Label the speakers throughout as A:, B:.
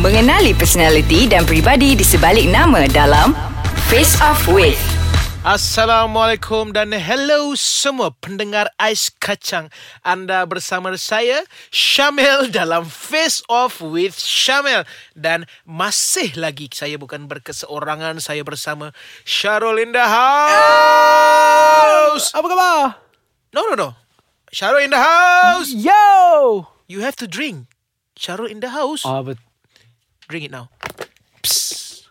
A: Mengenali personaliti dan pribadi di sebalik nama dalam Face Off With.
B: Assalamualaikum dan hello semua pendengar Ais Kacang. Anda bersama saya Syamil dalam Face Off with Syamil dan masih lagi saya bukan berkeseorangan saya bersama Syarul in the house.
C: Apa khabar?
B: No no no. Syarul in the house.
C: Yo!
B: You have to drink. Syarul in the house.
C: Ah, bet-
B: Drink it now. Psst.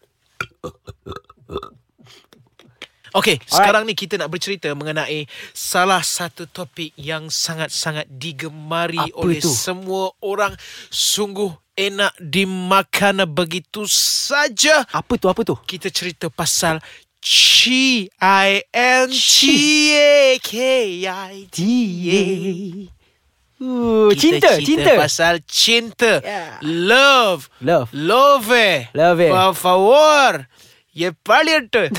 B: Okay, Alright. sekarang ni kita nak bercerita mengenai salah satu topik yang sangat-sangat digemari
C: Apa
B: oleh
C: itu?
B: semua orang. Sungguh enak dimakan begitu saja.
C: apa tu, apa tu?
B: Kita cerita pasal C-I-N-G-A-K-I-T.
C: Uh,
B: Kita
C: cinta, cinta.
B: pasal cinta.
C: Yeah.
B: Love.
C: Love.
B: Love.
C: Love. eh?
B: Por favor. Ye paliente.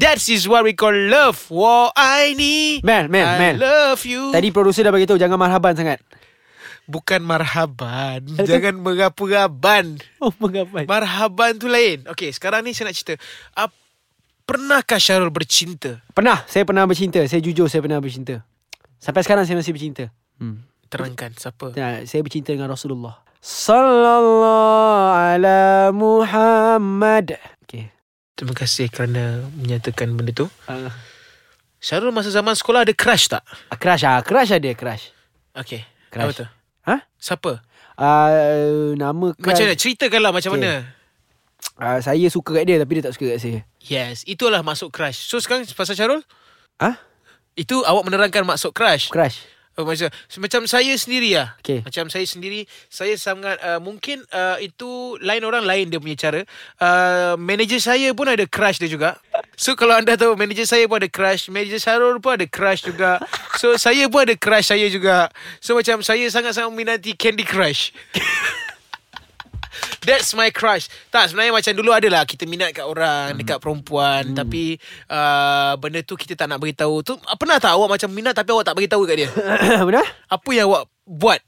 B: That is what we call love. Wo I ni.
C: Mel, Mel,
B: I
C: Mel.
B: love you.
C: Tadi producer dah beritahu jangan marhaban sangat.
B: bukan marhaban.
C: Betul.
B: Jangan merapu-raban.
C: Oh, mengapa?
B: Marhaban tu lain. Okay, sekarang ni saya nak cerita. Uh, pernahkah Syarul bercinta?
C: Pernah, saya pernah bercinta. Saya jujur saya pernah bercinta. Sampai sekarang saya masih bercinta. Hmm.
B: Terangkan siapa?
C: Nah, saya bercinta dengan Rasulullah. Sallallahu ala Muhammad. Okay.
B: Terima kasih kerana menyatakan benda tu.
C: Uh,
B: Syarul masa zaman sekolah ada crush tak?
C: crush ah, crush ah dia crush.
B: Okay.
C: Crush.
B: Apa tu?
C: Ha?
B: Siapa?
C: Uh, nama
B: Macam
C: crush.
B: mana? Ceritakanlah macam
C: Okay.
B: mana.
C: Uh, saya suka kat dia tapi dia tak suka kat saya.
B: Yes, itulah maksud crush. So sekarang pasal Syarul,
C: Ah,
B: itu awak menerangkan maksud crush.
C: crush.
B: Oh, macam macam saya sendiri lah.
C: Okay.
B: Macam saya sendiri, saya sangat uh, mungkin uh, itu lain orang lain dia punya cara. Uh, manager saya pun ada crush dia juga. So kalau anda tahu manager saya pun ada crush, manager Syarul pun ada crush juga. So saya pun ada crush saya juga. So macam saya sangat-sangat minati Candy Crush. That's my crush Tak sebenarnya macam dulu adalah Kita minat kat orang hmm. Dekat perempuan hmm. Tapi uh, Benda tu kita tak nak beritahu tu Pernah tak awak macam minat Tapi awak tak beritahu kat dia
C: Benar?
B: Apa yang awak buat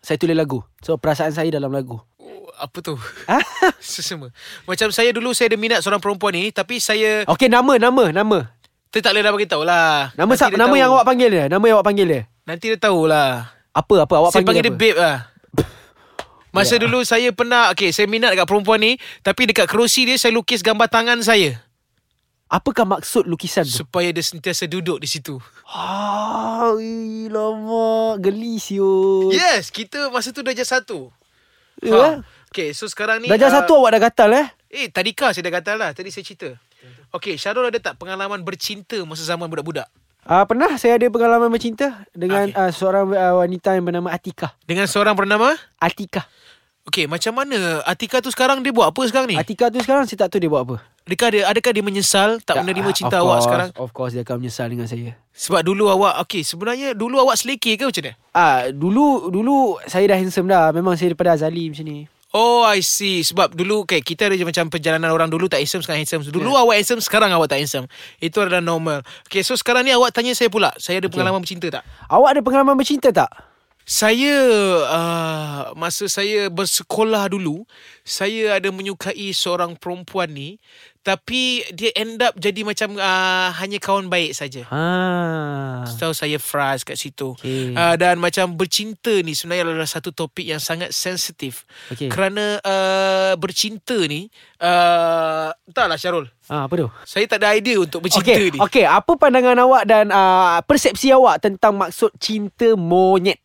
C: Saya tulis lagu. So perasaan saya dalam lagu.
B: Oh, Apa tu
C: Ah?
B: Sesama Macam saya dulu Saya ada minat seorang perempuan ni Tapi saya
C: Okey nama nama nama.
B: Kita tak boleh dah beritahu lah
C: Nama
B: Nanti
C: sab,
B: dia
C: nama
B: tahu.
C: yang awak panggil dia. Nama yang awak panggil dia.
B: Nanti dia tahulah
C: Apa apa Ya. awak
B: Saya panggil,
C: panggil,
B: dia babe lah Masa yeah. dulu saya pernah Okay saya minat dekat perempuan ni Tapi dekat kerusi dia Saya lukis gambar tangan saya
C: Apakah maksud lukisan tu?
B: Supaya dia sentiasa duduk di situ
C: Ah, ui, lama geli siut.
B: Yes, kita masa tu darjah satu.
C: Ya.
B: Ya. Ha. Okay, so sekarang ni...
C: Darjah
B: ah,
C: satu awak dah gatal eh?
B: Eh, tadika saya dah kata lah. Tadi saya cerita. Okay, Syarul ada tak pengalaman bercinta masa zaman budak-budak?
C: Ah, pernah saya ada pengalaman bercinta dengan
B: Okey.
C: okay. seorang ah, wanita yang bernama Atika.
B: Dengan seorang bernama?
C: Atika.
B: Okay, macam mana Atika tu sekarang dia buat apa sekarang ni?
C: Atika tu sekarang saya tak tahu dia buat apa.
B: Adakah dia, adakah dia menyesal tak menerima
C: ah,
B: cinta
C: of
B: awak
C: course,
B: sekarang?
C: Of course dia akan menyesal dengan saya.
B: Sebab dulu awak, okay, sebenarnya dulu awak selekeh ke macam mana?
C: Ah, dulu dulu saya dah handsome dah. Memang saya daripada Azali macam ni.
B: Oh, I see. Sebab dulu, okay, kita ada macam perjalanan orang dulu tak handsome, sekarang handsome.
C: Ya.
B: Dulu yeah. awak handsome, sekarang awak tak handsome. Itu adalah normal. Okay, so sekarang ni awak tanya saya pula. Saya ada okay. pengalaman bercinta tak?
C: Awak ada pengalaman bercinta tak?
B: Saya uh, masa saya bersekolah dulu, saya ada menyukai seorang perempuan ni, tapi dia end up jadi macam uh, hanya kawan baik saja.
C: Ha. Ah.
B: Tahu saya frust kat situ.
C: Okey.
B: Uh, dan macam bercinta ni sebenarnya adalah satu topik yang sangat sensitif.
C: Okey.
B: Kerana uh, bercinta ni, uh, entahlah Syarul,
C: Ah, apa tu?
B: saya tak ada idea untuk bercinta
C: Okey,
B: ni.
C: okey, apa pandangan awak dan uh, persepsi awak tentang maksud cinta monyet?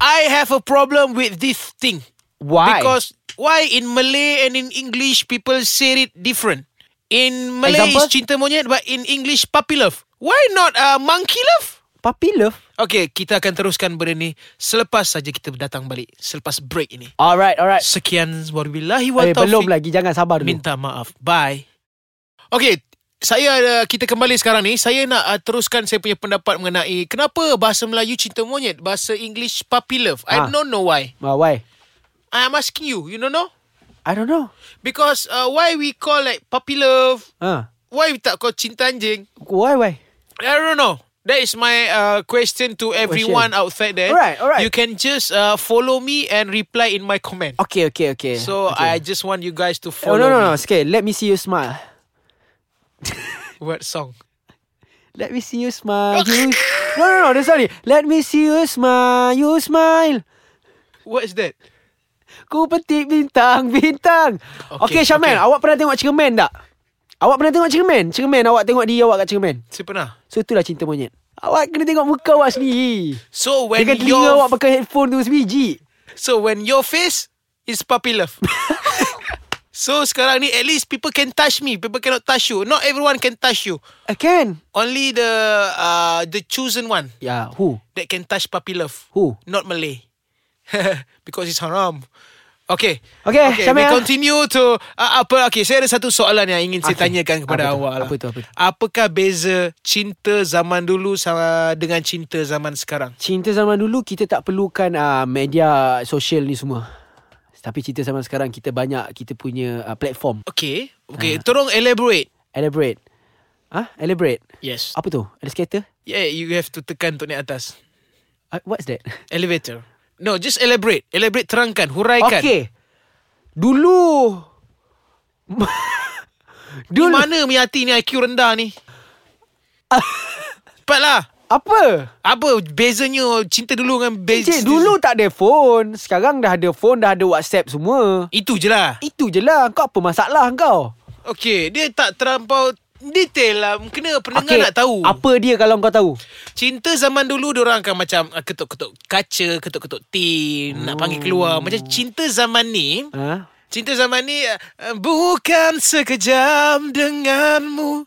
B: I have a problem with this thing.
C: Why?
B: Because why in Malay and in English people say it different. In Malay is
C: Example?
B: cinta monyet but in English puppy love. Why not uh, monkey love?
C: puppy love.
B: Okay, kita akan teruskan benda ni selepas saja kita datang balik. Selepas break ini.
C: Alright, alright.
B: Sekian wabillahi wa
C: Eh, belum
B: taufiq.
C: lagi, jangan sabar dulu.
B: Minta maaf. Bye. Okay, saya uh, kita kembali sekarang ni. Saya nak uh, teruskan saya punya pendapat mengenai kenapa bahasa Melayu cinta monyet, bahasa English puppy love. I
C: Ah.
B: don't know why.
C: Ah, why?
B: I'm asking you. You don't know?
C: I don't know.
B: Because uh, why we call like puppy love?
C: Ah,
B: Why we tak call cinta anjing?
C: why why?
B: I don't know. That is my uh, question to everyone outside there.
C: Alright, alright.
B: You can just uh, follow me and reply in my comment.
C: Okay, okay, okay.
B: So I
C: okay.
B: just want you guys to
C: Oh,
B: follow
C: no, no, no.
B: me.
C: Okay, let me see you smile.
B: What song?
C: Let me see you smile. You... No, no, no. That's not it. Let me see you smile. You smile.
B: What is that?
C: Ku petik bintang, bintang. Okay,
B: Okay,
C: okay Syaman.
B: okay.
C: Awak pernah tengok Cermin tak? Awak pernah tengok Cermin? Cermin awak tengok diri awak kat Cermin.
B: Saya pernah.
C: So itulah cinta monyet. Awak kena tengok muka awak sendiri.
B: So when
C: Dengan telinga
B: your
C: awak pakai headphone tu sebiji.
B: so when your face is puppy love. so sekarang ni at least people can touch me. People cannot touch you. Not everyone can touch you.
C: I can.
B: Only the uh, the chosen one
C: Yeah, who?
B: that can touch puppy love.
C: Who?
B: Not Malay. Because it's haram. Okay.
C: Okay,
B: we
C: Syamil.
B: continue to uh, apa okay, saya ada satu soalan yang ingin saya
C: Okay.
B: tanyakan kepada
C: Apa tu?
B: awak. lah.
C: Apa tu? Apa tu?
B: Apakah beza cinta zaman dulu sama dengan cinta zaman sekarang?
C: Cinta zaman dulu kita tak perlukan uh, media sosial ni semua. Tapi cinta zaman sekarang kita banyak kita punya uh, platform.
B: Okay. Okay,
C: Ah.
B: tolong elaborate.
C: Elaborate. Ah, huh? elaborate.
B: Yes.
C: Apa tu? Escalator?
B: Yeah, you have to tekan untuk naik atas.
C: Uh, what's that?
B: Elevator. No, just elaborate. Elaborate terangkan, huraikan.
C: Okay. Dulu
B: Di
C: Dulu
B: mana Miati ni IQ rendah ni? Cepatlah.
C: apa?
B: Apa bezanya cinta dulu dengan bez-
C: Cik, dulu tak ada phone. Sekarang dah ada phone, dah ada WhatsApp semua.
B: Itu je lah.
C: Itu je lah. Kau apa masalah kau?
B: Okay, dia tak terlampau detail lah. Kena pendengar
C: Okey,
B: okay. nak tahu.
C: Apa dia kalau kau tahu?
B: Cinta zaman dulu orang akan macam ah, ketuk-ketuk kaca, ketuk-ketuk tin, nak panggil keluar. Macam cinta zaman ni,
C: Ha?
B: cinta zaman ni ah, ah, bukan sekejam denganmu.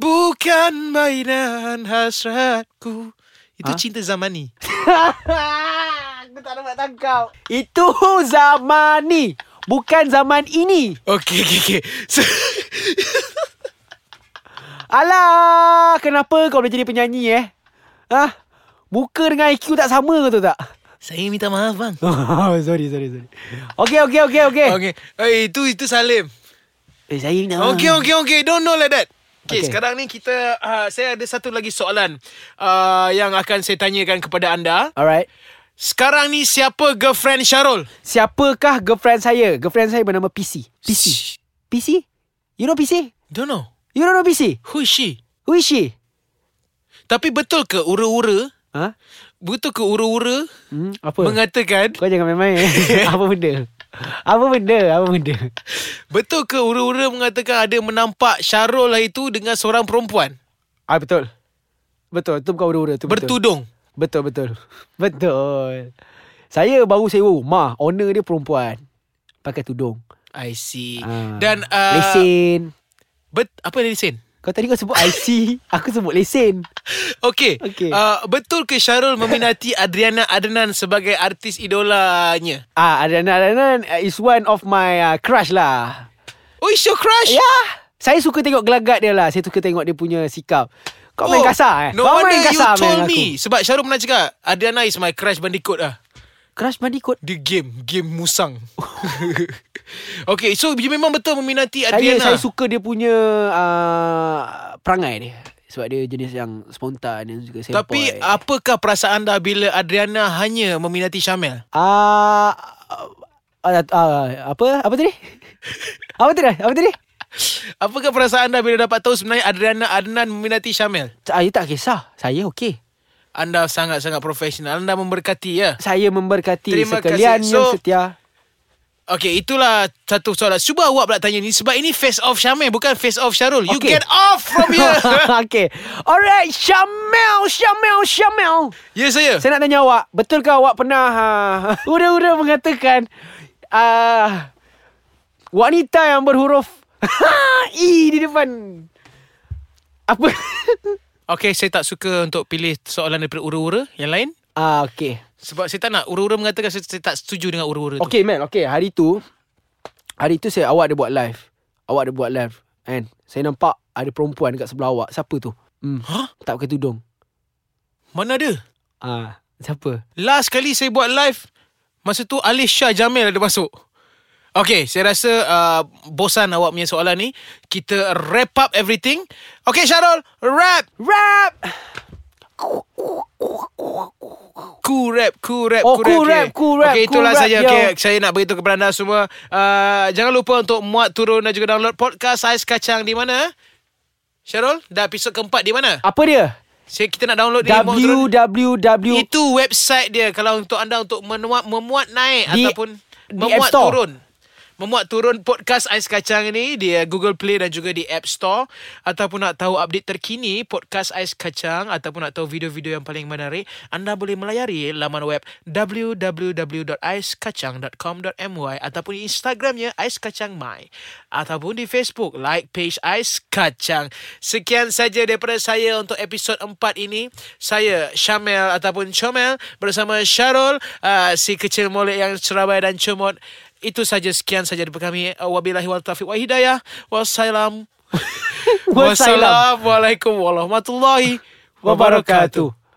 B: Bukan mainan hasratku. Itu cinta zaman ni.
C: Ha, Aku tak dapat tangkap. Itu zaman ni. Bukan zaman ini.
B: Okay, okay, okay. So,
C: Alah, kenapa kau boleh jadi penyanyi eh? Ha? Muka dengan IQ tak sama ke tu tak?
B: saya minta maaf bang.
C: Oh, sorry, sorry, sorry. Okay, okay, okay, okay.
B: Okay. Eh, itu itu Salim.
C: Eh, saya nak.
B: Okay, okay, okay. Don't know like that. Okay,
C: Okay.
B: okay. Ah. sekarang ni kita uh, saya ada satu lagi soalan uh, yang akan saya tanyakan kepada anda.
C: Alright.
B: Sekarang ni siapa girlfriend Syarul?
C: Siapakah girlfriend saya? Girlfriend saya bernama PC. PC.
B: Shh,
C: PC? You know PC?
B: Don't know.
C: You don't know PC?
B: Who is she?
C: Who is she?
B: Tapi betul ke ura-ura?
C: Ha?
B: Betul ke ura-ura
C: Hmm, apa?
B: mengatakan
C: Kau jangan main-main Apa benda Apa benda Apa benda
B: betul ke ura-ura mengatakan ada menampak Syarul hari itu dengan seorang perempuan
C: Ah betul Betul Itu bukan ura-ura tu betul.
B: bertudung.
C: Betul betul Betul Saya baru sewa rumah Owner dia perempuan Pakai tudung
B: I see.
C: Ah.
B: Dan uh,
C: Lesen
B: Bet apa lesen?
C: Kau tadi kau sebut IC Aku sebut lesen
B: Okey.
C: Okey.
B: Uh, betul ke Syarul meminati Adriana Adnan sebagai artis idolanya?
C: Ah Adnan Adnan uh, Is one of my uh, crush lah
B: Oh, it's your crush?
C: Ya yeah. Saya suka tengok gelagat dia lah Saya suka tengok dia punya sikap Kau
B: Oh,
C: main kasar eh
B: No
C: Kau
B: wonder
C: main
B: you
C: kasar man,
B: told
C: aku.
B: me. Sebab Syarul pernah cakap, Adriana is my crush bandikot lah.
C: Crush Bandicoot
B: Dia game, game musang. okay, so you memang betul meminati
C: Saya
B: Adriana.
C: saya suka dia punya uh, perangai dia sebab dia jenis yang spontan dan juga sempoi.
B: Tapi apakah perasaan anda bila Adriana hanya meminati Syamel?
C: ah uh, uh, uh, apa apa tadi? apa tadi? Apa tadi?
B: Apakah perasaan anda bila dapat tahu sebenarnya Adriana Adnan meminati Syamel?
C: Saya tak kisah. Saya okey.
B: Anda sangat-sangat profesional. Anda memberkati ya.
C: Saya memberkati
B: Terima kasih.
C: sekalian yang
B: So-
C: setia.
B: Okay, itulah satu soalan. Cuba awak pula tanya ni sebab ini face off Syamil bukan face off Syarul. You
C: Okay.
B: get off from here.
C: okay. Alright, Syamel, Syamel, Syamel.
B: ya saya.
C: Saya nak tanya awak, betulkah awak pernah ha, ura-ura mengatakan ah wanita yang berhuruf I di depan apa?
B: Okay, saya tak suka untuk pilih soalan daripada ura-ura yang lain.
C: ah okey.
B: Sebab saya tak nak ura-ura mengatakan saya, saya tak setuju dengan ura-ura tu.
C: Okey man, okey. Hari tu hari tu saya awak ada buat live. Awak ada buat live and saya nampak ada perempuan dekat sebelah awak. Siapa tu? Hmm,
B: Hah?
C: tak pakai tudung.
B: Mana ada?
C: Ah, siapa?
B: Last kali saya buat live, masa tu Alif Shah Jamil ada masuk. Okay, saya rasa uh, bosan awak punya soalan ni. Kita wrap up everything. Okay, Syarul, wrap!
C: Rap.
B: Cool rap Cool rap
C: Oh, cool
B: okay.
C: rap, cool rap,
B: Okay
C: cool
B: itulah
C: rap,
B: saja
C: yo.
B: okay, Saya nak beritahu kepada anda semua uh, Jangan lupa untuk muat turun Dan juga download podcast Ais Kacang Di mana? Syarul Dah episod keempat di mana?
C: Apa dia?
B: Saya, kita nak download ni muat turun.
C: www
B: Itu website dia Kalau untuk anda Untuk memuat, memuat naik
C: Di-
B: Ataupun
C: di
B: Memuat
C: App Store.
B: turun Memuat turun podcast Ais Kacang ini Di eh, Google Play dan juga di App Store Ataupun nak tahu update terkini Podcast Ais Kacang Ataupun nak tahu video-video yang paling menarik Anda boleh melayari laman web www.aiskacang.com.my Ataupun di Instagramnya Ais Kacang My Ataupun di Facebook Like page Ais Kacang Sekian saja daripada saya untuk episod 4 ini Saya Syamel ataupun Comel Bersama Syarul uh, Si kecil molek yang cerabai dan cemot itu saja sekian saja daripada kami. Uh, Wabillahi wal taufiq wa hidayah. Wassalam.
C: Wassalam.
B: Wassalamualaikum warahmatullahi wabarakatuh.
C: Wabarakatuh.